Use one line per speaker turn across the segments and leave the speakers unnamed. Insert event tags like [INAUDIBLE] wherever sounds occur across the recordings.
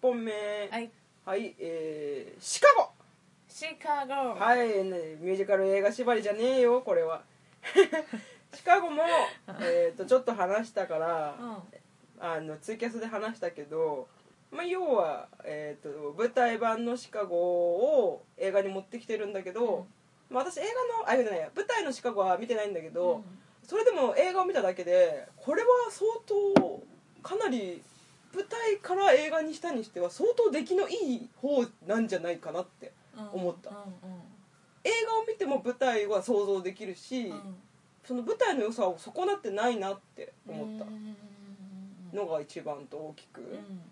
本目
はい
はいえーシカゴ
シカゴ
はい、ねミュージカル映画縛りじゃねえよこれは [LAUGHS] シカ
[LAUGHS]
ゴも、えー、とちょっと話したから、あのツイキャスで話したけど、まあ、要は、えー、と舞台版の「シカゴ」を映画に持ってきてるんだけど、まあ、私映画のあいやじゃないや舞台の「シカゴ」は見てないんだけ
うん
ど、それでも映画を見ただけでこれは相当かなり舞台から映画にしたにしては相当出来のいい方なんじゃないかなって
うん
思った
うんうん
映画を見ても舞台は想像できるし、
う
その舞台の良さを損なってないなって
ん
思っ
うんうん
たのが一番と大きく、
うんうん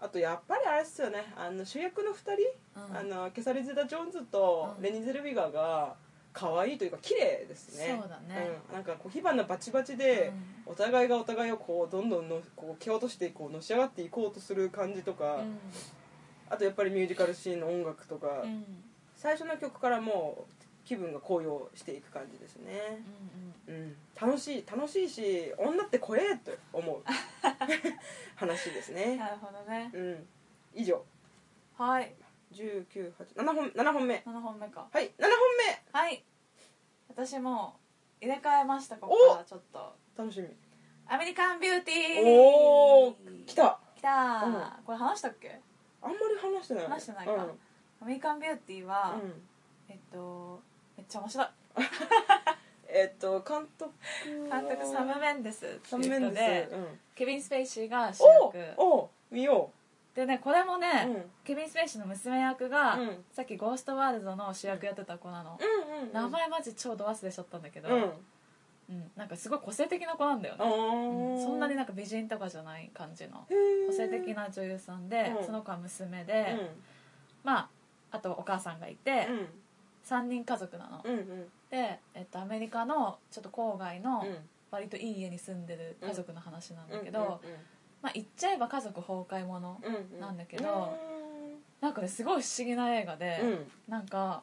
あとやっぱりあれっすよねあの主役の2人、
うん
あのケサリゼタ・ジョーンズと
うん
レニー・ゼルビガーが可愛いというか綺麗ですね
そうだね
うんなんかこう火花バチバチで、お互いがお互いをこうどんどんのこう蹴落としてこうのし上がっていこうとする感じとか、
うん
あとやっぱりミュージカルシーンの音楽とか、
うんうん
最初の曲からもう気分が高揚していく感じですね、うん、楽しい楽しいし女って怖えと思う
[LAUGHS]
話です
うん
ね
なるほどね
うん以上
はい
198 7本7本目
7本目か
はい7本目
はい私も入れ替えましたここからちょっと
楽しみ
アメリカンビューティー
おお来た
きたー、これ話したっけ
あんまり話してない
話してないか
うんうん
アメリカンビューティーは、えっとめっちゃ面白い
えっと監督
監督サム・メンデス
サ
っ
ム
てい
メ
う
ン
人で
デス、うん、
ケビン・スペイシーが主
お
役
ーおー見よ
でねこれもね、
う、うん、うん
ケビン・スペイシーの娘役が、
うん
さっき「ゴースト・ワールド」の主役やってた子なの、
うんうん
名前マジ超ド忘れしちゃったんだけど、
うん
うんなんかすごい個性的な子なんだよ
あ
ね、
ー
うんそんなになんか美人とかじゃない感じの
へー
個性的な女優さんで、
うん
その子は娘
うん
で、まああとお母さんがいて、
うん
3人家族なの、
うんうん
で、えっと、アメリカのちょっと郊外の
うん
割といい家に住んでる家族の話なんだけど、
うんうんうん
まあ言っちゃえば家族崩壊ものなんだけど
う
なんかねすごい不思議な映画で、
んうん
なんか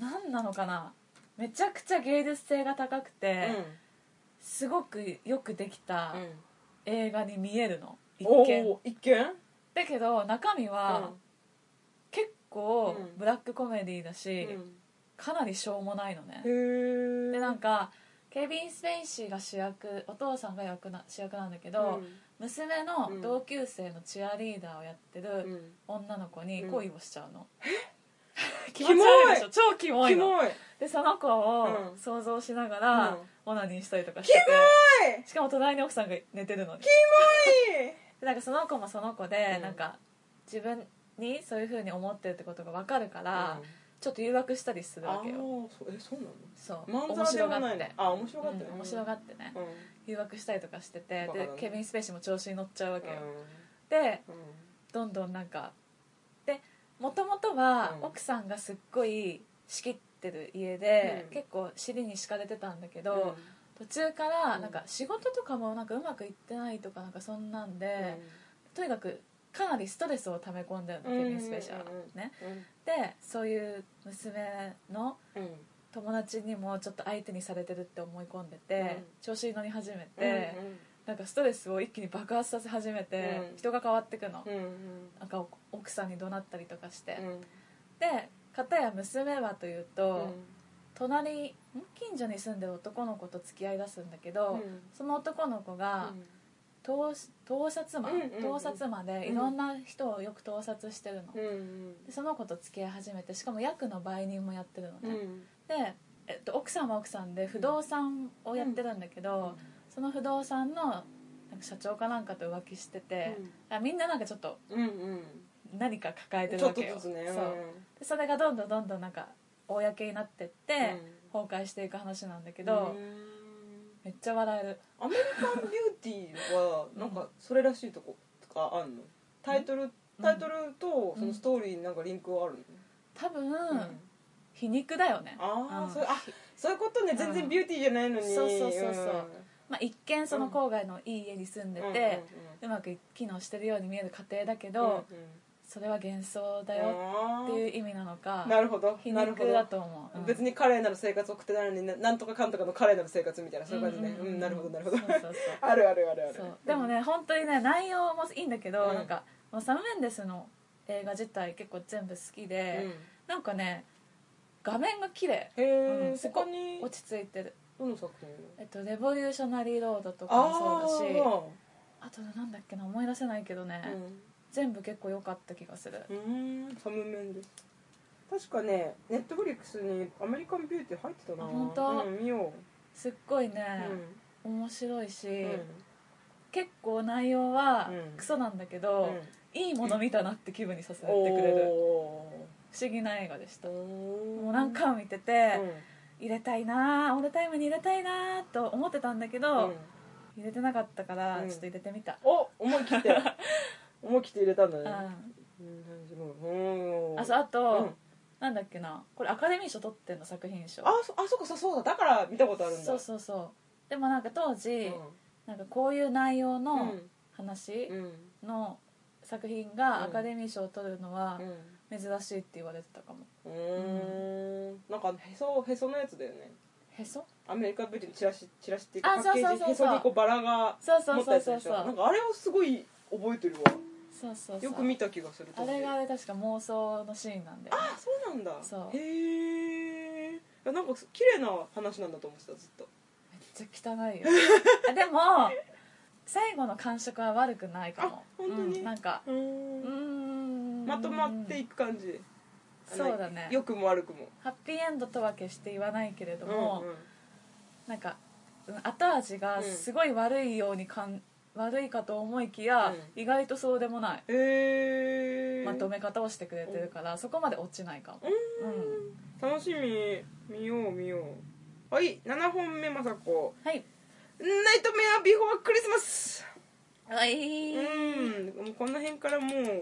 何なのかなめちゃくちゃ芸術性が高くて、すごくよくできた映画に見えるの一
お
見
ー一見
だけど中身は結構
うん
ブラックコメディだ
うん
し、
うん
かなりしょうもないのね
へー
でなんかケビン・スペイシーが主役お父さんが役な主役なんだけ
う
ど、
ん
娘の同級生のチアリーダーをやって
う
る
ん
女の子に
うん
恋をしちゃうの、 [LAUGHS]
キ
気持
モい
ち悪いでしょ超キモい
キ
の
モい
でその子を
うん
想像しながら
うん
オナニーしたりとかし
キ
てて、
モい
しかも隣に奥さんが寝てるのにでなんかその子もその子で、
うん
なんか自分にそういうふうに思ってるってことが分かるか
キモい
ら、ちょっと誘惑したりする
あー
わけよ
そうえそうなの
そう
まん
面
ざらで
白
は
が
な
っ
いの
て
あ面白かった
う
ね
ん面白がってね
うん
誘惑したりとかしてて
バカだ
で
ね
ケビン・スペイシーも調子に乗っちゃうわけよ、
う
で
んうん
どんどんなんかでもともとは
うん
奥さんがすっごい仕切ってる家で、
うん
結構尻に敷かれてたんだけど、途中から
うん
なんか仕事とかもなんかうまくいってないとかなんかそんなんで、とにかくかなりストレスを溜め込んでるの、
うん
ケビン・スペシャルは
うん
ね
うん
でそういう娘の
うん
友達にもちょっと相手にされてるって思い込んでて、
うん
調子に乗り始めて、
うん
なんかストレスを一気に爆発させ始めて、
うん
人が変わってくの、
うんうん
なんか奥さんに怒鳴ったりとかして、
うん
で片や娘はというと、
うん
隣ん近所に住んでる男の子と付き合いだすんだけど、
うん
その男の子が、盗盗撮魔、
うんうんうん
盗撮魔でいろんな人をよく盗撮してるの、
うんうん
でその子と付き合い始めてしかも役の売人もやってるの
う
ね、
ん
で、えっと、奥さんは奥さんで不動産をやってるんだけど、その不動産のなんか社長かなんかと浮気してて、あみんななんかちょっと
うんうん
何か抱えて
ち
る
ょ
わ
っと
けよ
ずつね
そうでそれがどんどんどんどんなんか公になってって、崩壊していく話なんだけ
け
ど、めっちゃ笑える
アメリカンビューティーはなんかそれらしいとことかあんのタイトルタイトルとそのストーリーになんかリンクはあるの、
多分、
うん
皮肉だよね
あ
う
あ
ん
そうあそういうことね全然ビューティーじゃないのに、
そうそうそうそうまあ、一見その郊外のいい家に住んで
うん
て、うまく機能してるように見える家庭だけ
うんうん
ど、それは幻想だよっていううん意味なのか
あーなるほど
皮
なるほ
肉だ
ど
と思う、うん
別に華麗なる生活送ってないのにななんとかかんとかの華麗なる生活みたいなそういう感じね
ん
うん
んん
なるほどなるほど
そうそう
[LAUGHS] あるあるあるある
そうそうでもね本当にね内容もいいんだけど、
うん
なんかもうサム・メンデスの映画自体結構全部好き
うん
で、
へ
なんかね画面が綺麗
え、
うんそこ
他に
落ち着いてる、
どの作品
えっと、レボリューショナリーロードとかも
あ
そうだし
ー
あとなんだっけな思い出せないけどね、全部結構良かった気がする
うんうーんサム・メンデス確かねネットフリックスに「アメリカン・ビューティー」入ってたな
あ本当
うん、見よ、
すっごいうね、面白いし、
うん
結構内容は
うん
クソなんだけ
う
ど、
ん
いいもの見たなって気分にさせてく
お
れる
ー
不思議な映画でした、
おー
もう何回も見て
う
て、
ん
入れたいなあオールタイムに入れたいなあと思ってたんだけ
う
ど、
ん
入れてなかったから
うん
ちょっと入れてみた、
お思い切って [LAUGHS] 思い切って入れたんだ
うん
ねうんすごいうん
あそうあと、
うん
なんだっけなこれアカデミー賞取ってんの作品賞
あそあそっかそうそうだだから見たことあるんだ
そうそうそうでもなんか当時、
うん
なんかこういう内容
う
の
ん
話
うん
の作品
うん
がアカデミー賞を取るのは
うん
珍しいって言われてたかも
うーんなんかへそへそのやつだよね
へそ
アメリカビューティーのチラシチラシっていうか
あ
パッケ
そ
ージ
うそうそうそう
へそにこうバラが
そうそ
持
う
った
そ
やつで
うそう
し
そ
ょなん
う
かあれをすごい覚えてるわ
そうそうそ
よ
う
く見た気がする
あれが確か妄想のシーンなんだよね
あそうなんだ
そう
へえんか綺麗な話なんだと思ってたずっと
めっちゃ汚い [LAUGHS] よあでも最後の感触は悪くないかも
あ本当に
うんなんか
う
うー
ん
ん
まとまっていく感じ
そうだね
良くも悪くも
ハッピーエンドとは決して言わないけれども、
うんうん
なんかうん後味がすごい悪いようにかん、悪いかと思いきや、意外とそうでもない
へえ
まとめ方をしてくれてるから、そこまで落ちないかも、
うん楽しみ見よう見ようはい7本目まさこ
はい
「ナイトメアビフォークリスマス」
はい
うんもうこの辺からもうもう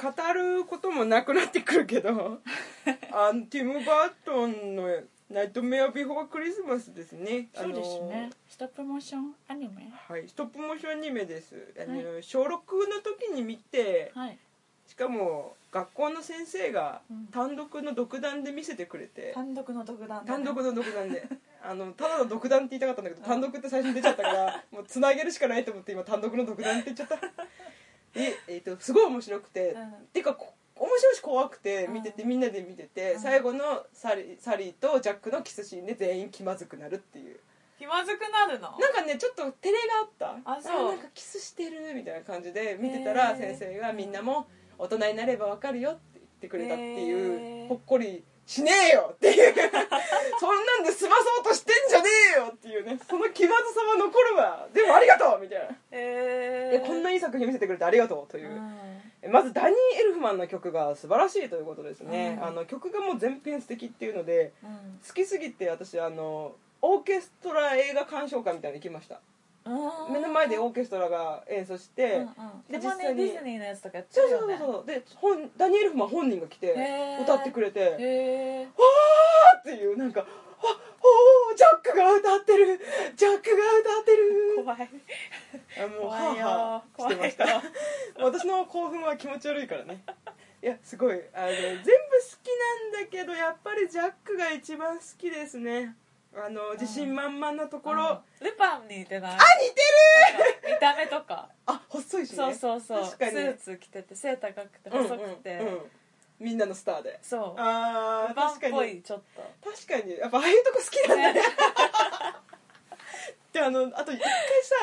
語ることもなくなってくるけ
[LAUGHS]
どあのティム・バートンの「ナイトメアビフォークリスマス」ですね
そうです
あの
ねストップモーションアニメ
はい、ストップモーションアニメです、あの小6の時に見て
はい
しかも学校の先生が
うん
単独の独断で見せてくれて、
単独の独断
単独
の
の独断であのただの独断って言いたかったんだけど単独って最初に出ちゃったからもうつなげるしかないと思って今単独の独断って言っちゃったで、えー、とすごい面白くて、てかこ面白いし怖くて見てて、
うん
みんなで見てて、
うん
最後のサリサリーとジャックのキスシーンで全員気まずくなるっていう
気まずくなるの
なんかねちょっと照れがあった
あそう
なんかキスしてるみたいな感じで見てたら
へー
先生がみんなも「大人になればわかるよ」って言ってくれたってい
へ
う
ー
ほっこりしねえよっていう [LAUGHS] そんなんで済まそうとしてんじゃねえよっていうねその気まずさは残るわでもありがとうみたいな、
え
えこんないい作品見せてくれてありがとうというう、
ん
まずダニー・エルフマンの曲が素晴らしいということですね、
うん
あの曲がもう全編素敵っていうので
うん
好きすぎて私あのオーケストラ映画鑑賞会みたいに行きました
うん
目の前でオーケストラが演奏して、
うんうん
で
たま
実際
に
に
ディズニーのやつとかやって
そう
る
そう
よ
そう
ね
そうで本ダニエル・フマン本人が来て
へー
歌ってくれて「わー
へえ
っていうなんか「あおージャックが歌ってるジャックが歌ってる
怖い
あもう
怖
はい
よ
あはあしてました
怖い
[LAUGHS] 私の興奮は気持ち悪いからねいやすごいあの全部好きなんだけどやっぱりジャックが一番好きですねあの自信満々なところ、あ
ルパンに似てない
似て
見た目とか
るあ細いしね
そうそうそうス
確かに
ーツ着てて背高くて細く
うんうんう
て
んみんなのスターで
そう
あー
ルパンっ
確か
ぽ
に
いちょっと
確かにやっぱああいうとこ好きなんだね
ね
であのあと一回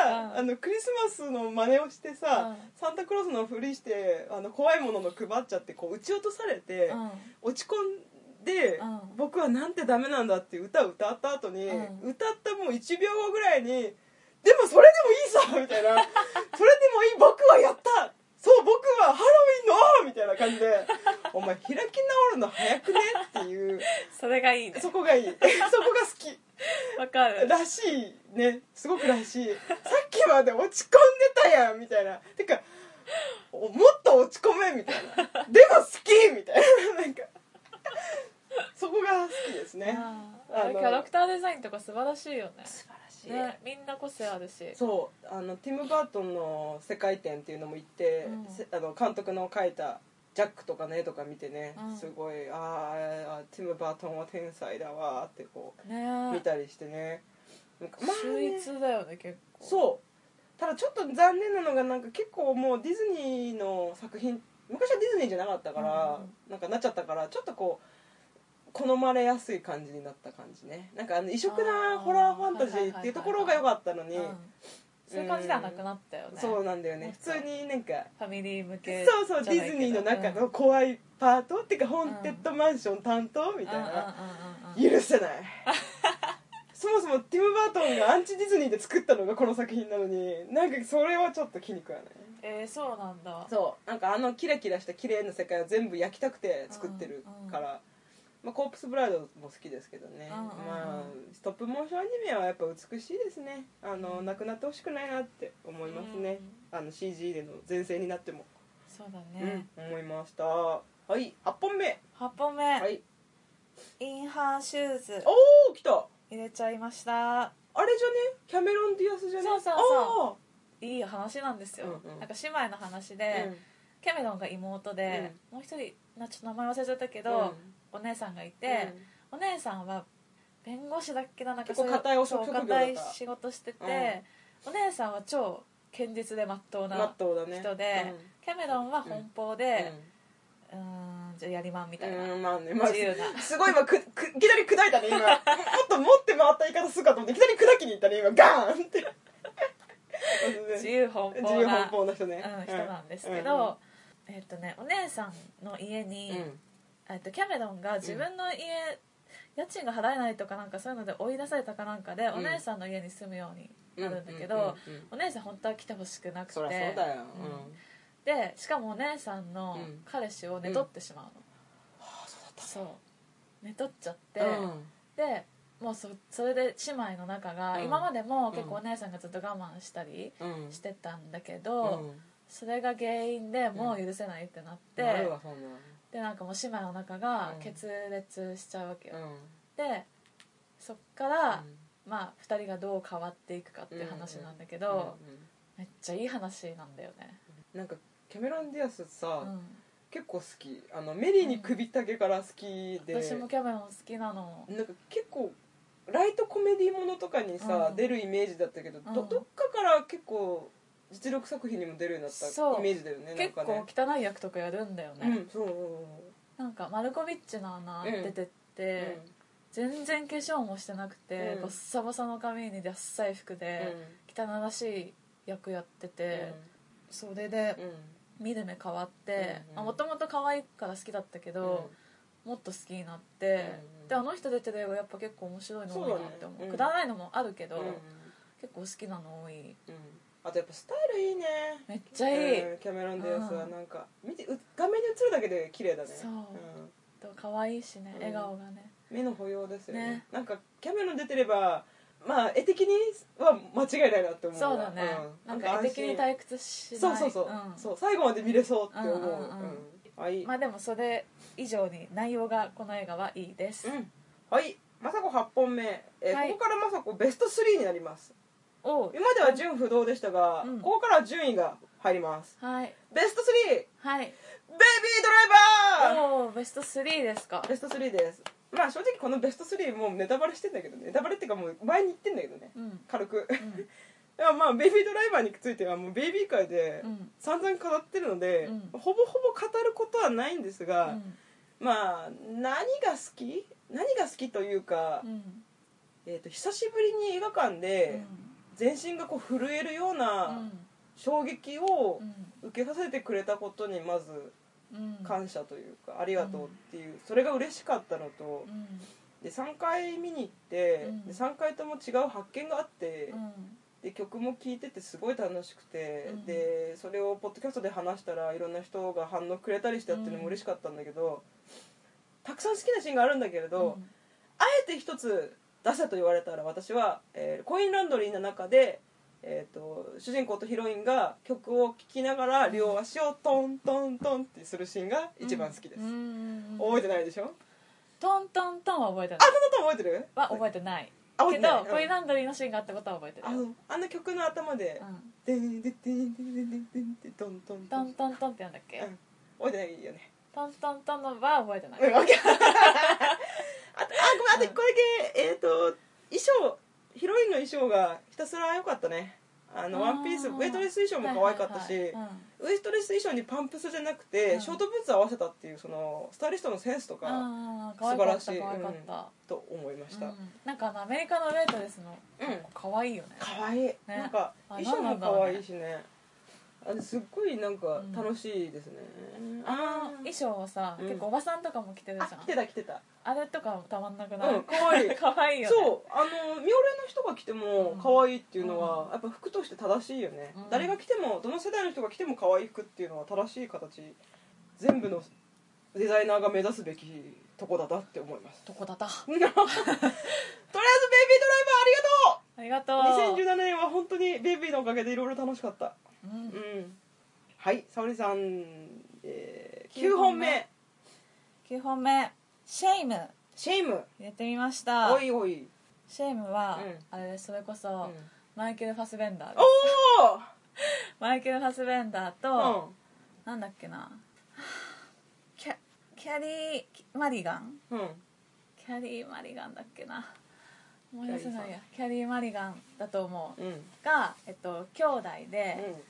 さ、
うん
あのクリスマスの真似をしてさ、
うん
サンタクロースのふりしてあの怖いものの配っちゃってこう撃ち落とされて、
うん
落ち込んで、
うん
僕はなんてダメなんだっていう歌を歌った後に、
うん
歌ったもう1秒後ぐらいにでもそれでもいいさみたい
[LAUGHS]
なそれでもいい僕はやったそう僕はハロウィンのみたいな感じでお前開き直るの早くねっていう
それがいい
[LAUGHS]
ね
そこがいいそこが好き
わかる
らしいねすごくらしいさっきまで落ち込んでたやんみたいなてかおもっと落ち込めみたいなでも好きみたいな [LAUGHS] なんかそこが好きですね
あ
あ
ー
の
キャラクターデザインとか素晴らしいよね
素晴らしい、
ねみんな個性あるし
そうあのティム・バートンの世界展っていうのも行って、
うん
せあの監督の描いたジャックとかの絵とか見てね、
うん
すごいあーあーティム・バートンは天才だわーってこう見
ね
たりしてねなんかまあ
秀
ね
逸だよね結構
そうただちょっと残念なのがなんか結構もうディズニーの作品っ昔はディズニーじゃなかったから、なんかなっちゃったからちょっとこう好まれやすい感じになった感じねなんかあの異色
あー
なホラーファンタジーっていうところが良かったのに、
うんそういう感じではなくなったよね
そう
フ
なんだよね
もっ
普
と
通になんか
ァミリー向け
そうそう
じ
デ
ゃな
ィ
い
ズ
けど
ニーの中
うん
の怖いパートっていうかホーンテッドマンション担当みたいな
うんうんうんうんうん
許せないそもそもティム・バートンがアンチディズニーで作ったのがこの作品なのになんかそれはちょっと気に食わない
えーそうなんだ
そうなんかあのキラキラした綺麗な世界を全部焼きたくて作ってるから、まあ、コープスブライドも好きですけどね、
うんうんうん
まあ、ストップモーションアニメはやっぱ美しいですねあの、
うん
なくなってほしくないなって思いますね、あの CG での前世になっても、
そうだね
うん思いましたはい8本目
8本目、
はい
インハーシューズ
おお来た
入れちゃいました
あれじゃねキャメロン・ディアスじゃね
そうそうそいい話なんですよ、
うんうん
なんか姉妹の話で、キャメロンが妹で、もう一人なちょっと名前忘れちゃったけど、お姉さんがいて、
で
お姉さんは弁護士だっけななんか
結構
そういう
堅いお
そう
職業だった
堅い仕事してて、お姉さんは超堅実で真っ当
マッ
な
トだね
人で、キャメロンは奔放
うん
で、うーん、んじゃあやりまんみたいな、
うんまあねまあ
自由な
すごい今くくいきなり砕いたね今 [LAUGHS] もっと持って回った言い方するかと思っていきなり砕きにいったね今ガーンって
[LAUGHS] 自由奔放な
自由奔放な人ね、
うん、人なんですけ
うん
ど、えっとね、お姉さんの家に、えっと、キャメロンが自分の家、家賃が払えないとかなんかそういうので追い出されたかなんかで、
ん
お姉さんの家に住むようになるんだけど、
うんうんうんうん
お姉さん本当は来てほしくなくて
そりゃそうだよ、
う
うんん
でしかもお姉さんの
うん
彼氏を寝取ってしまうの、そう寝取っちゃって、
うん
でもうそそれで姉妹の仲が、
うん
今までも結構お姉さんがずっと我慢したり
うん
してたんだけ
う
ど、
ん
それが原因でもう許せないってなって、
なるわそんなの
でなんかもう姉妹の仲が
うん
決裂しちゃうわけよ、
うん
でそっから、まあ2人がどう変わっていくかっていう話なんだけど、
うんうん
めっちゃいい話なんだよね、
なんかキャメロン・ディアス
う
さ、
ん、
結構好きあのメリーに首たけから好きで、
私もキャメロン好きなの
なんか結構ライトコメディものとかにさ、
うん
出るイメージだったけど、ど
うん
どっかから結構実力作品にも出るようになった
そう
イメージだよねなん
結
か
構
ね
汚い役とかやるんだよね、
うんそう
なんかマルコビッチの穴
うん
出てって、全然化粧もしてなくて、
うん
ボッサボサの髪にダッサい服
うん
で、汚らしい役やってて、それ
う
で
んうん
見る目変わって
うんうん
もともと可愛いから好きだったけど、もっと好きになって、
うんうん
であの人出てる映画やっぱ結構面白いの多いなって思
そうだね
う
うん
くだらないのもあるけど、
うんうん
結構好きなの多
う
い
んあとやっぱスタイルいいね
めっちゃいい、
うんキャメロン・ディアスは
うん
なんか見てう画面に映るだけで綺麗だね
そうんと可愛いしね
うん
笑顔がね、
目の保養ですよね
ね
なんかキャメロン出てればまあ絵的には間違いないなって思うな
そうだね、
う
なんか絵的に
安
退屈しない
心そうそうそう,、
ん
そう最後まで見れそうって思う、
うんうんうん
うんはい、
まあでもそれ以上に内容がこの映画はいいです、
うんはい政子8本目、えー
はい
ここから政子ベスト3になります
おう
今までは順不動でしたが、
うん
ここからは順位が入ります
はい
ベスト 3! ベイビ
はい
ードライバー
おおベスト3ですか
ベスト3ですまあ正直このベスト3もうネタバレしてんだけどねネタバレっていうかもう前に言ってんだけどね
うん
軽く
うん
いやまあベイビードライバーについてはもうベイビー界で
うん
散々語ってるので、
う
ほぼ
ん
ほぼ語ることはないんです
う
が、
ん
まあ何が好き何が好きというか、
うん
えー、と久しぶりに映画館で全身がこう震えるよう
う
なん衝撃を
うん
受けさせてくれたことにまず
うん
感謝というか、ありがとうっていうそれが嬉しかったのと
うん
で3回見に行って、
うん
で3回とも違う発見があって。
うん
で曲も聴いててすごい楽しくて、
うん
でそれをポッドキャストで話したらいろんな人が反応くれたりしてやってるのも嬉しかったんだけど、たくさん好きなシーンがあるんだけれど、
うん
あえて一つ出せと言われたら私は、えーコインランドリーの中で、えー、と主人公とヒロインが曲を聴きながら両足をトントントンってするシーンが一番好きです、
うんうんうん
覚えてないでしょあ
トントントンは覚えてない
トントントン覚えてる
は覚えてない
あ覚
け
えてない
どコインランドリーのシーンがあったことは覚えて
あ
るよ
のあの曲の頭で
う
「で
ん
んでんでんでんでんでんでんでんトントント
ト
ン
ントントンってなんだっけ
うん覚えてないよね
トントントンのは覚えてな
うん、
い
OK あとあごめんあと一個だけえっ、と衣装ヒロインの衣装がひたすら良かったねあのワンピース
あー
ウエイトレス衣装も可愛かったし、
はいはいはい
ウエストレス衣装にパンプスじゃなくて、
うん
ショートブーツ合わせたっていうそのスタイリストのセンスと
うん
か
あー可愛かった
素晴らしい
可愛かった、
と思いました
うんなんかあのアメリカのウェイトレスの
うん
可愛いよね
可愛いなんか
あ
衣装も可愛いしねあれすっごいなんか
うん
楽しいですね、
あの衣装をさ、
うん
結構おばさんとかも着てるじ
あ
ゃん
来てた来てた
あれとかもたまんなくない、
うん可愛い
可愛いよね
そうあの妙齢の人が着ても可愛いっていうのは、やっぱ服として正しいよね、
うん
誰が着てもどの世代の人が着ても可愛い服っていうのは正しい形全部のデザイナーが目指すべきとこだなって思います [LAUGHS]
どこだった
とりあえずベイビードライバーありがとう
ありがとう
2017年は本当にベイビーのおかげでいろいろ楽しかった
う
うんんはい沙織さん、えー、
九
9本
本
目
目9本目シェイム入
シェイム
れてみました
おいおい、
シェイムは、
うん
あれですそれこそ、
うん、
マイケル・ファスベンダーです
お
マイケル・ファスベンダー
お、
と、
うん
なんだっけな [SIGHS] はあキャキャリーキマリガン
うん、
キャリー・マリガンだっけな思い出せないやキャリー・マリガンだと思う、
うん
が、えっと、兄弟で、
うん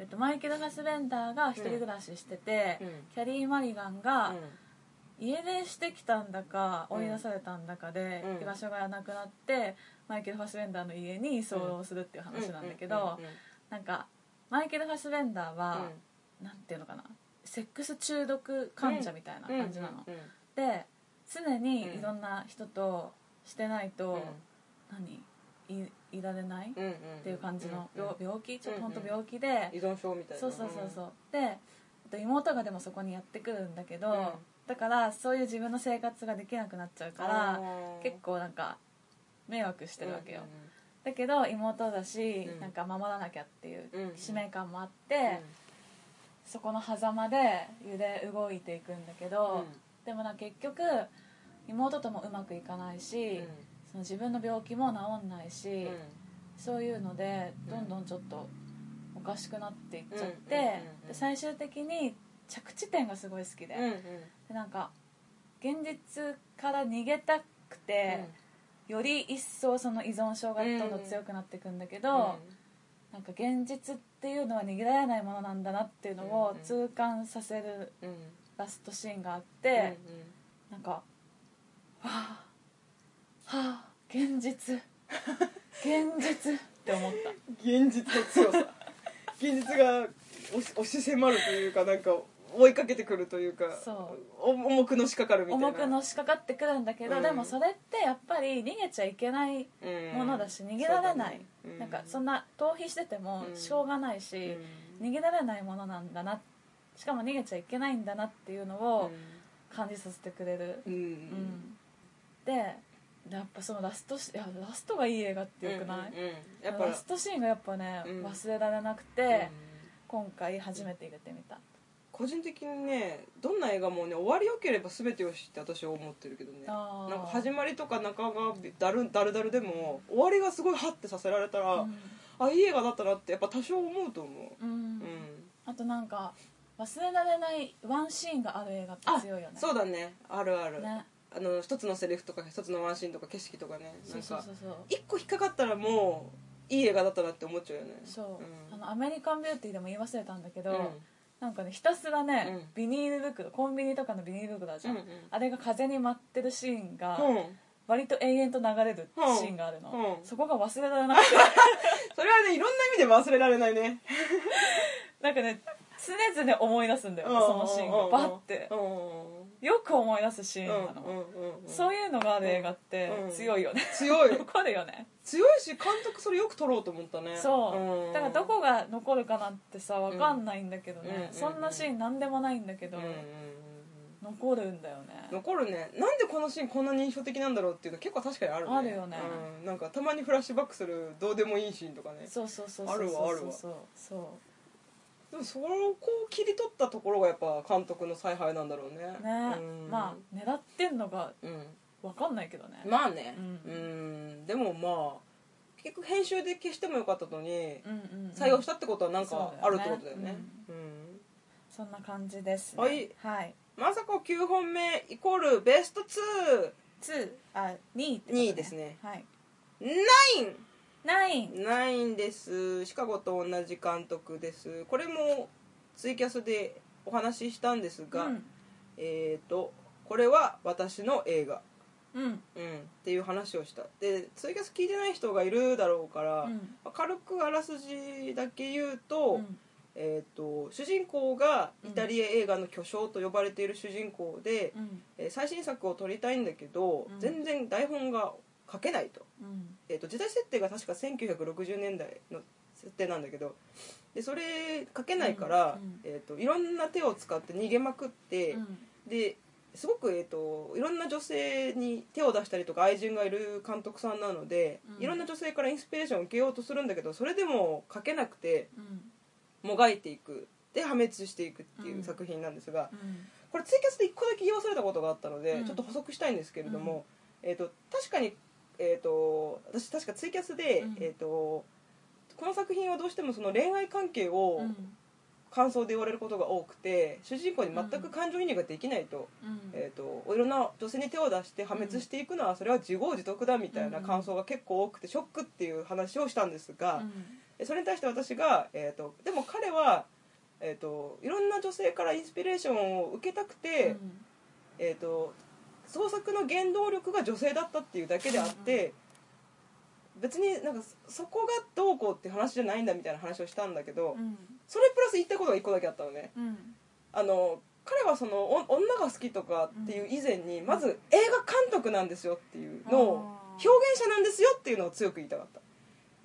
えっと、マイケル・ファスベンダーが一人暮らししてて、
うん
キャリー・マリガンが家出してきたんだか追い出されたんだかで、
うん
居場所がなくなってマイケル・ファスベンダーの家に居候するっていう話なんだけど、
うんうん
なんかマイケル・ファスベンダーは、なんていうのかなセックス中毒患者みたいな
うんうん
感じなの、
うん
で常
うん
にいろんな人としてないと、
うん
何いいられない、っ
うんうん
ていう感じの、
うんうん
病病気ちょっと本当
うんうん
病気で、
依存症みたいな
そうそうそうそうでえっと妹がでもそこにやってくるんだけど、
うん
だからそういう自分の生活ができなくなっちゃうから結構なんか迷惑してるわけよ、だけど妹だし、
うん
なんか守らなきゃっていう
うん
使命感もあって、そこの狭間で揺れ動いていくんだけど、でもなんか結局妹ともうまくいかないし、その自分の病気も治んないし、そういうので
うん
どんどんちょっとおかしくなっていっちゃっ
うんうんうん
て
うん
で最終的に着地点がすごい好きで,、でなんか現実から逃げたくて、より一層その依存症がどんどん強くなっていくんだけど、なんか現実っていうのは逃げられないものなんだなっていうの
う
を
んうん
痛感させるラストシーンがあって、なんか「はあはあ現実現実」って思った。
現実の強さ現実が押し押し迫るというかなんか追いかけてくるというか
そ
お重くのしかかるみたいな
重くのしかかってくるんだけど、
うん
でもそれってやっぱり逃げちゃいけないものだし、逃げられない、なんかそん
な
な逃避してても
うん
しょうがないし、逃げられないものなんだなしかも逃げちゃいけないんだなっていうのを感じさせてくれる、
うんう
うんでやっぱそのラストシいやラストがいい映画ってよくない、
うんうんやっぱ
ラストシーンがやっぱね、
うん
忘れられなくて、
うん
今回初めて入れてみた、
個人的にねどんな映画もね終わりよければ全てよしって私は思ってるけどねな
あー
んか始まりとか中がだるだるだるでも終わりがすごいハッてさせられたら、あいい映画だったなってやっぱ多少思うと思
うん
う、うん
あとなんか忘れられないワンシーンがある映画って強いよね
そうだねあるある、
ね
あの一つのセリフとか一つのワンシーンとか景色とかねな
そ
ん
うそう
か
そうそう
一個引っかかったらもういい映画だったなって思っちゃうよね
そ
ん
う、あのアメリカンビューティーでも言い忘れたんだけど、
うん
なんかねひたすらね、
うん
ビニール袋コンビニとかのビニール袋あるじゃん、
うんうん
あれが風に舞ってるシーンが
うん
割と永遠と流れるシーンがあるの、
うんうん
そこが忘れられなく
[LAUGHS]
て
それはねいろんな意味で忘れられないね
なんかね常々思い出すんだよ、ね、そのシーンがバッて
うん
よく思い出すシーン
うん
なの、
うんうんうん
そういうのがある映画って
うん
強いよね、
強い
残るよね
強いし監督それよく撮ろうと思ったね
そう、
ん
だからどこが残るかなんてさわかんないんだけどね、
うんうん
そんなシーンなんでもないんだけど、
うんうんうんうん
残るんだよね
残るねなんでこのシーンこんなに印象的なんだろうっていうの結構確かにあるね
あるよね
うん、なんかたまにフラッシュバックするどうでもいいシーンとかね
そうそうそう
あ
そう
るわあ
そう
るわ
そうそ
でもそこを切り取ったところがやっぱ監督の采配なんだろうね
うね
うん
まあ狙ってんのが
うん
わかんないけどね
まあね
うん
んでもまあ結局編集で消してもよかったのに
うんうんうん
採用したってことはなん
そうだよ
か
ね
あるってことだよねうん
そんな感じですね
はい
はい
まさか9本目イコールベスト
2あ2位ってこと
2ですね
はい
29
ない
ないんですシカゴと同じ監督ですこれもツイキャスでお話ししたんですが、
うん
えっ、とこれは私の映画、
うん
うん、っていう話をしたでツイキャス聞いてない人がいるだろうから、
うん
まあ軽くあらすじだけ言うと,、
うん
えー、と主人公がイタリア映画の巨匠と呼ばれている主人公で、
うん
えー最新作を撮りたいんだけど、
うん
全然台本が書けないと,、
うん
えー、と時代設定が確か1960年代の設定なんだけどでそれ書けないから、
うんうん
えー、といろんな手を使って逃げまくって、
うん
ですごく、えー、といろんな女性に手を出したりとか愛人がいる監督さんなので、
うん
いろんな女性からインスピレーションを受けようとするんだけどそれでも書けなくて
うん
もがいていくで破滅していくっていううん作品なんですが、
うん
これツイキャスで1個だけ言い忘れたことがあったので、
うん
ちょっと補足したいんですけれども、えー、と確かに、えー、と私確かツイキャスで、
うん
えー、とこの作品はどうしてもその恋愛関係を
うん
感想で言われることが多くて主人公に全く感情移入ができないと。
うん
えー、といろんな女性に手を出して破滅していくのはそれは自業自得だみたいな
うん
感想が結構多くてショックっていう話をしたんです
う
が、
ん
それに対して私が、えー、とでも彼は、えー、といろんな女性からインスピレーションを受けたくて、
うん
えー、と創作の原動力が女性だったっていうだけであって、別になんかそそこがどうこうって話じゃないんだみたいな話をしたんだけど、
うん
それプラス言ったことが1個だけあったのね。
うん
あの彼はそのお女が好きとかっていう以前に、まず映画監督なんですよっていうのを
あ
表
ー
現者なんですよっていうのを強く言いたかった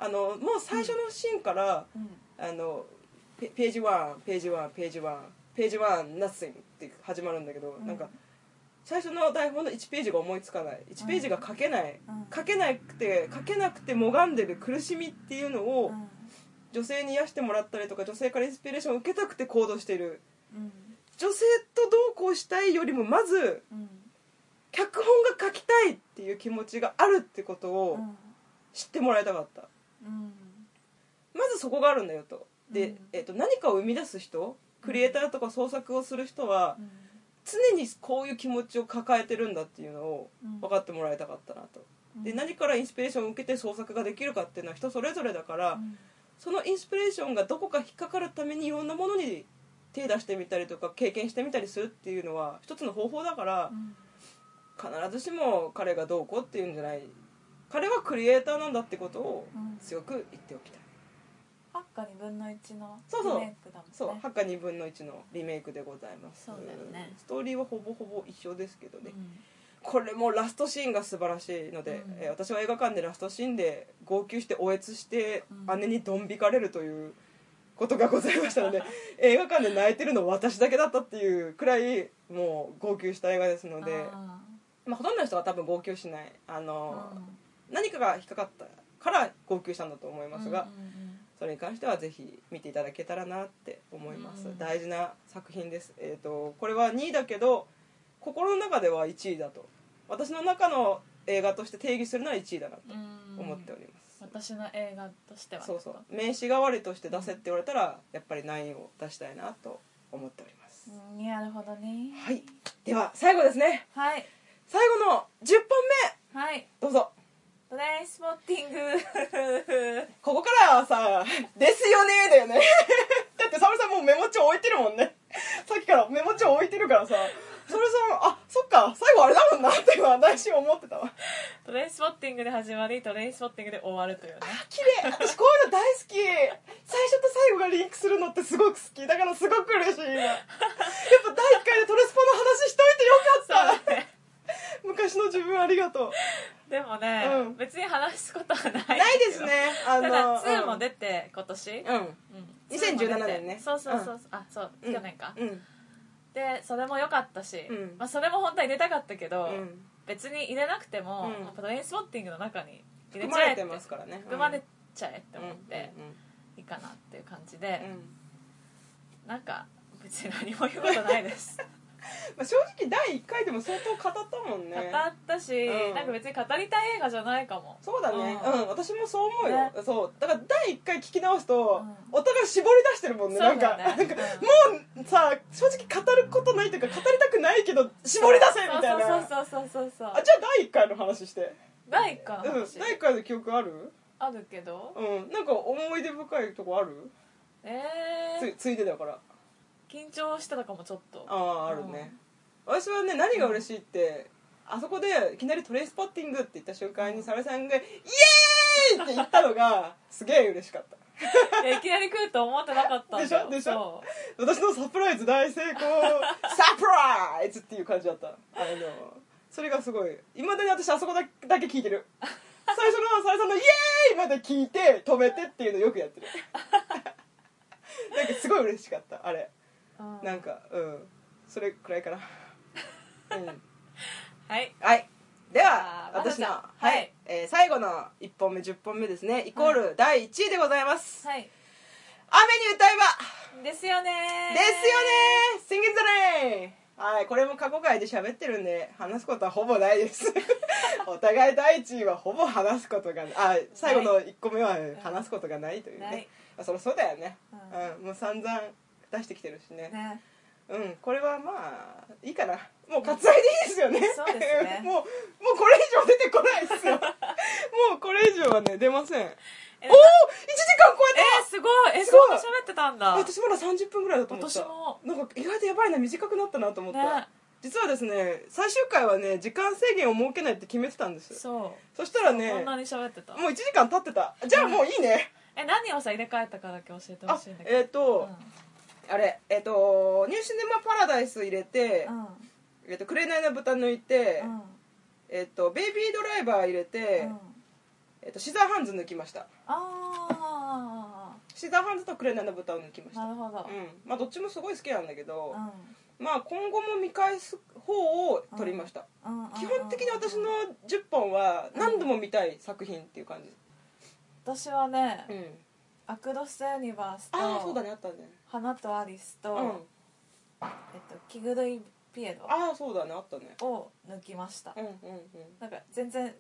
あのもう最初のシーンから、
うん
あのペページ1ページ1ページ1ページ1 nothing って始まるんだけど、
うん
なんか最初の台本の1ページが思いつかない1ページが書けない、
うん
書けなくて書けなくてもがんでる苦しみっていうのを、
うん
女性に癒してもらったりとか女性からインスピレーションを受けたくて行動している
うん
女性とどうこうしたいよりもまず
うん
脚本が書きたいっていう気持ちがあるってことを知ってもらいたかった
うん
まずそこがあるんだよとで、
うん
えっと何かを生み出す人クリエイターとか創作をする人は
うん
常にこういう気持ちを抱えてるんだっていうのを
うん
分かってもらいたかったなとで何からインスピレーションを受けて創作ができるかっていうのは人それぞれだから、
うん
そのインスピレーションがどこか引っかかるためにいろんなものに手出してみたりとか経験してみたりするっていうのは一つの方法だから、
うん
必ずしも彼がどうこうっていうんじゃない彼はクリエイターなんだってことを
うん
強く言っておきたい、
ハッカ2分の1の
そうそう
リメイクだもんね
そう「ハッカ2分の1」のリメイクでございます
そうだよね
ストーリーはほぼほぼ一緒ですけどね、
うん
これもラストシーンが素晴らしいので、
うん
えー私は映画館でラストシーンで号泣しておえつして、
うん
姉にドン引かれるということがございました
[LAUGHS]
ので映画館で泣いてるの私だけだったっていうくらいもう号泣した映画ですので
あ
まあ、ほとんどの人は多分号泣しないあ
ー
の、
うん
何かが引っかかったから号泣したんだと思いますが、
うんうん
それに関してはぜひ見ていただけたらなって思います、
うん
大事な作品です、えー、とこれは2位だけど心の中では1位だと私の中の映画として定義するなら1位だなと
うん
思っております、
私の映画としては
そうそう名刺代わりとして出せって言われたらやっぱり9位を出したいなと思っております、
うんなるほどね
はいでは最後ですね
はい
最後の10本
はい
目どうぞ
トレインスポッティン
[LAUGHS]
グ
ここからはさ「ですよね」だよね [LAUGHS] だってサムさんもうメモ帳置いてるもんねさっきからメモ帳置いてるからさそれさあそっか最後あれだもんなって今私思ってたわ
トレインスポッティングで始まりトレインスポッティングで終わるというね
綺麗私こういうの大好き最初と最後がリンクするのってすごく好きだからすごく嬉しい今やっぱ第1回でトレスポの話しといてよかっ
そうね
た昔の自分ありがとう
でもね、
うん
別に話すことはないけど
ないですねあ
た
の
だ2
うん
も出て今年、うん
うん2017年ね
そうそうそうそう、あそう
うん
去年か、
うん
でそれも良かったし、
うん
まあ、それも本当は入れたかったけど、
うん
別に入れなくても、
うん
やっぱトレインスポッティングの中に入
含
れち
ま
ゃえ
れ
って
てますからね
含まれ
て
ちゃえって思って、いいかなっていう感じで、なんか別に何も言うことないです
まあ、正直第1回でも相当語ったもん [LAUGHS]
語
ね
ったし、
うん
なんか別に語りたい映画じゃないかも
そうだねうん、私もそう思うよ、
ね
そうだから第1回聞き直すと、
う
お互い絞り出してるもんね
そ
な
うんだ
か
ね
なんかもうさ正直語ることないというか語りたくないけど絞
盛
り出せみたいな
そうそうそうそうそうそう
あじゃあ第1回の話して
第1回の
うん
話、
第1回の記憶ある
あるけど
うんなんか思い出深いとこある
え
つ
ー、
ついでだから
緊張してたかもちょっと
あああるね、私はね何が嬉しいって、あそこでいきなりトレインスポッティングって言った瞬間にサラさんが「イエーイ!」って言ったのがすげえ嬉しかった
いやいきなり来ると思ってなかったんだよ
でしょでしょ
そ
私のサプライズ大成功サプライズっていう感じだったあのそれがすごいいまだに私あそこだけだけ聞いてる最初のサラさんの「イエーイ!」まで聞いて止めてっていうのよくやってるなんかすごい嬉しかったあれ
う、うん
なんかうんそれくらいかなうん
はい
はい。では
あ、ー
私の、
まな
は
ちゃん
い、
はい
えー最後の1本目、10本目ですね、イコール第1位でございます。
はい
雨に歌えば、
ですよね
ですよね !Sing it the rain! はい、これも過去回で喋ってるんで、話すことはほぼない
[LAUGHS]
です。お互い第1位はほぼ話すことがない。あ、最後の1個目は話すことがないという
ない
ね。まあそりゃそうだよね。
う
うん、もう散々出してきてるしね。
ね
うん、これはまあいいかなもう割愛でいいですよね
そうですね
[LAUGHS] もうもうこれ以上出てこない
[LAUGHS]
ですよもうこれ以上はね出ませんおお1時間
え
超え
えー、すごいえ
す
そ
ご
ん
い
な喋ってたんだ
た私まだ30分ぐらいだと思った
私も
なんか意外とやばいな短くなったなと思った、
ね
実はですね最終回はね時間制限を設けないって決めてたんです
そ
そしたら
う、
ね
こんな
も
に喋ってた
う1時間経ってたじゃあもういいね、
え何をさ入れ替えたかだけ教えてほ
あ
しいんだけど
えっ、と
う、
あれえっ、と「ニューシネマパラダイス」入れて「
んうん
えっと紅の豚抜いて」
うん
えっと、ベイビードライバー入れて、
うん
えっと、シザーハンズ抜きました
あ
シザーハンズとクレナの豚を抜きまし
あな
た
るほど
う、んまあどっちもすごい好きなんだけど
う、ん
まあ今後も見返す方を撮りました、
うんうん、
基本的に私の10本は何度も見たい作品っていう感じ、
私はね、
うん
アクロス・ユニバースと
ああそうだねあったね
花とアリス
う
と、
ん
えっと、着ぐるいピエ
ああそうだねあったね
ロを抜きました
うんうんうん
なんか全然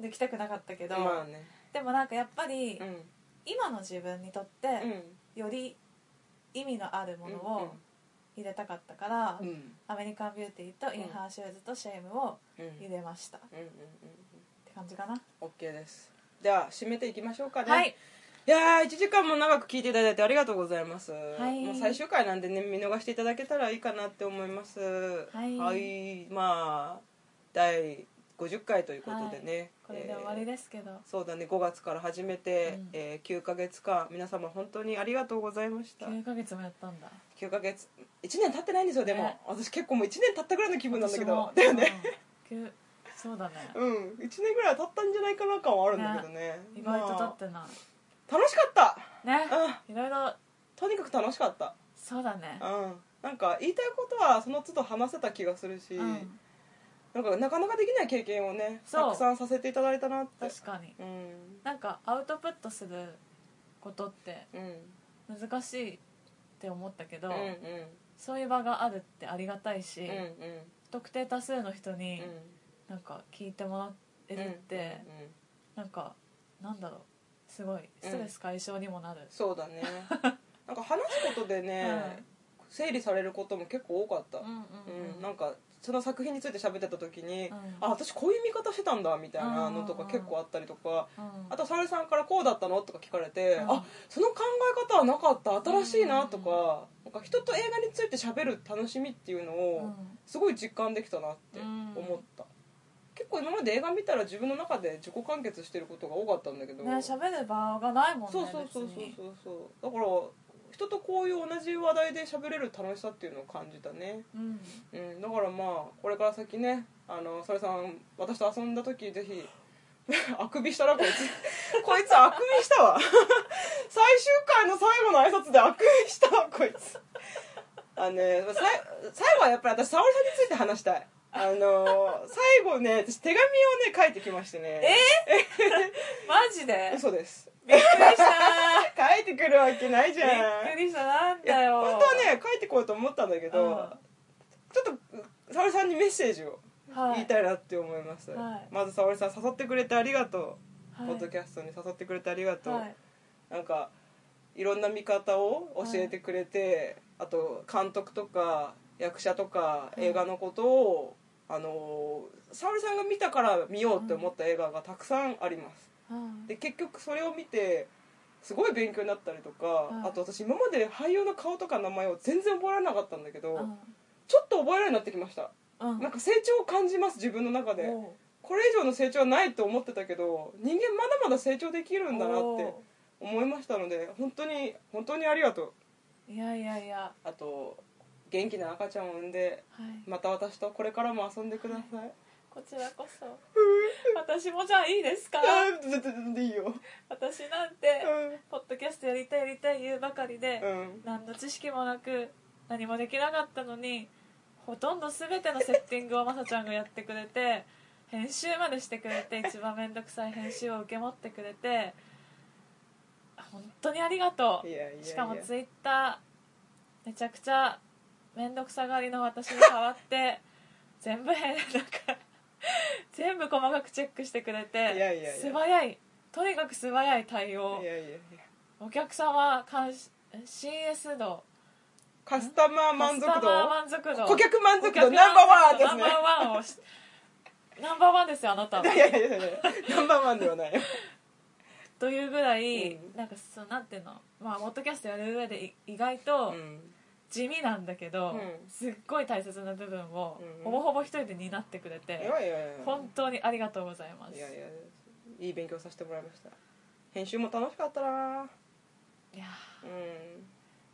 抜きたくなかったけど、
まあね
でもなんかやっぱり、
うん
今の自分にとって、より意味のあるもの
うんうん
を入れたかったから、
うんうん
アメリカンビューティーとインハーシューズとシェイムを
うんうん
入れました、っ
うんうん
て感じかな、
うん OK ですでは締めていきましょうかね
はい
いやー1時間も長く聞いていただいてありがとうございます、
い
もう最終回なんでね見逃していただけたらいいかなって思います
はい
いまあ第50回ということでね、
これで終わり
えー
ですけど、
そうだね5月から始めて、
うん
えー9ヶ月間皆様本当にありがとうございました
9ヶ月もやったんだ
9ヶ月1年経ってないんですよでも、
ね
私結構もう1年経ったぐらいの気分なんだけど
私も
だよね、
うん九そうだね
うん、1年ぐらい経ったんじゃないかな感はあるんだけどね
意外と経
ま
っ
あ
てな
楽しかった
いね
あ
いろいろ
とにかく楽しかった
そうだね
うん、なんか言いたいことはその都度話せた気がするし、
うん
なんかなかなかできない経験をね
そう
たくさんさせていただいたなって
確かに
うん
なんかアウトプットすることって
うん
難しいって思ったけど、
うんうん
そういう場があるってありがたいし、
うんうん
不特定多数の人に
うん
なんか聞いてもらえるって、
うんうん
なんかなんだろうすごいストレス解消にもなる、
そうだ
[LAUGHS]
ねなんか話すことでね、整理されることも結構多かった、
うんうん
うんなんかその作品について喋ってた時に、
うん
あ私こういう見方してたんだみたいなのとか
うん
結構あったりとか、
うん
あと沙織さんから「こうだったの?」とか聞かれて、
うん
あその考え方はなかった新しいなとか,、なんか人と映画について喋る楽しみっていうの
う
を
ん
すごい実感できたなって思った、結構今まで映画見たら自分の中で自己完結してることが多かったんだけど、
ね喋る場がないもんね
そうそうそうそう
別に
そうそうだから人とこういう同じ話題で喋れる楽しさっていうのを感じたね
うん
うん、だからまあこれから先ねあのそれさん私と遊んだ時ぜひ [LAUGHS] あくびしたなこいつ [LAUGHS] こいつあくびしたわ [LAUGHS] 最終回の最後の挨拶であくびしたわこいつあのねさい最後はやっぱり私沙織さんについて話したいあの最後ね私手紙をね書いてきましてね
[LAUGHS] マジで
嘘です
びっくりした
書いてくるわけないじゃん
びっくりしたなん
いや
だよ
本当はね書いてこようと思ったんだけど、
うん
ちょっと沙織さんにメッセージを
はい
言いたいなって思います、
はい
まず沙織さん誘ってくれてありがとう、
はい
ポッドキャストに誘ってくれてありがとう、
はい
なんかいろんな見方を教えてくれて、あと監督とか役者とか
はい
映画のことを、あのー沙織さんが見たから見ようって思った映画がたくさんあります、
うん
で結局それを見てすごい勉強になったりとか、
うん
あと私今まで俳優の顔とか名前を全然覚えられなかったんだけど、
うん
ちょっと覚えられるようになってきました
うん
なんか成長を感じます自分の中で
おう
これ以上の成長はないと思ってたけど人間まだまだ成長できるんだなって
お
思いましたので本当に本当にありがとう
ういやいやいや
あと元気な赤ちゃんを産んで
はい
また私とこれからも遊んでください
こちらこそ私もじゃあいいですか
あ全然全然いいよ
私なんてポッドキャストやりたいやりたい言うばかりで、
うん、うん、
何の知識もなく何もできなかったのにほとんど全てのセッティングをまさちゃんがやってくれて編集までしてくれて一番面倒くさい編集を受け持ってくれて本当にありがとう
いやいやいや
しかもツイッターめちゃくちゃ面倒くさがりの私に代わって全部編なんか全部細かくチェックしてくれて
いやいやいや
素早いとにかく素早い対応
いやいやいや
お客様監視 CS 度
カスタマー満足
カスタ
度
マー満足度
顧客満足度
顧客
ナンバーワンで
ナ
す
ン
ね
バーワンをしナンバーワンですよあなたはい
やいやいやいやナンバーワンではないよ
というぐらい、
うん
なんかそのなんていうのまあポッドキャストやる上でい意外と
うん
地味なんだけど、
うん
すっごい大切な部分を、
うん
ほぼほぼ一人で担ってくれ
いや
て
い、やいや
本当にありがとうございます
いやいやいい勉強させてもらいました編集も楽しかったない
や
うん
ー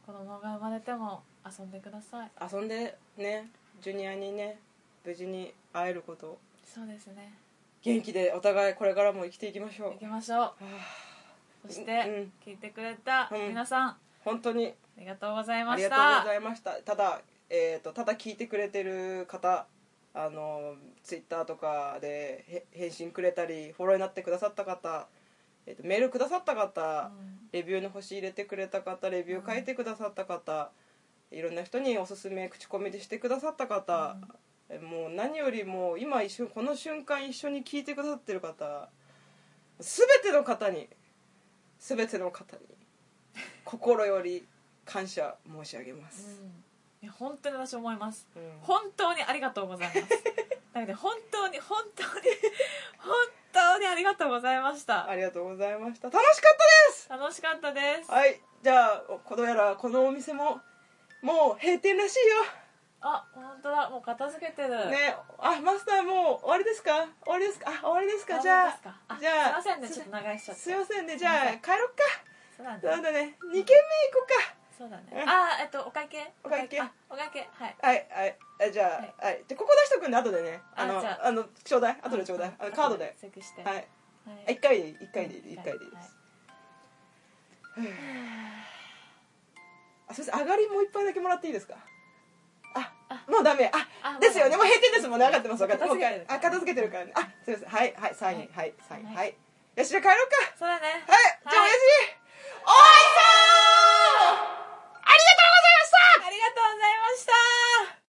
子供が生まれても遊んでください
遊んでねジュニアにね無事に会えることを
そうですね
元気でお互いこれからも生きていきましょう
行きましょ
はあ
うそし
う
て
ん、
聞いてくれた皆さん、
本当に
ありがとうござい
あ
ま
り
し
がとう
た
ございましたただえー、とただ聞いてくれてる方あのツイッターとかでへ返信くれたりフォローになってくださった方、えー、とメールくださった方、
うん
レビューの星入れてくれた方レビュー書いてくださった方、いろんな人におすすめ口コミでしてくださった方、えもう何よりも今一瞬この瞬間一緒に聞いてくださってる方全ての方に全ての方に心より感謝申し上げま
う
す、
んいや本当に私思います
うん
本当にありがとうございますなので本当に本当に本当にありがとうございました
ありがとうございました楽しかったです
楽しかったです
はいじゃあこどうやらこのお店ももう閉店らしいよ
あ本当だもう片付けてる
ねあマスターもう終わりですか終わりですかあ終わりですかじゃあ
じ
じ
ゃ
ゃ
あ
あ
すいませんねちょっと長いしちゃって
すいませんねじゃあ帰ろっか
そうだね
そうだね2軒目行こう
そうだね
うん
あえっとお会計
お会計
あお会計はい
かはいはいあじゃあ、はい、じゃあここ出しとくんで後でね
あ
あの
じゃあ
あのちょうだい後でちょうだいあのカードで
チェックして
は
はい
いあ1回でいい1回でいい1回でいいで
はい
すあすいません上がりもう一杯だけもらっていいですかあもうダメ
あも
あ
う
ですよねもう閉店ですもんね分かってます分かってますもう
片付け
あ片付けて
てる
るからねあすいませんはいはいサイン
は
はいいサイン
は
はい
い
よしじゃあ帰ろうか
そうだね
はいじゃあおやすみ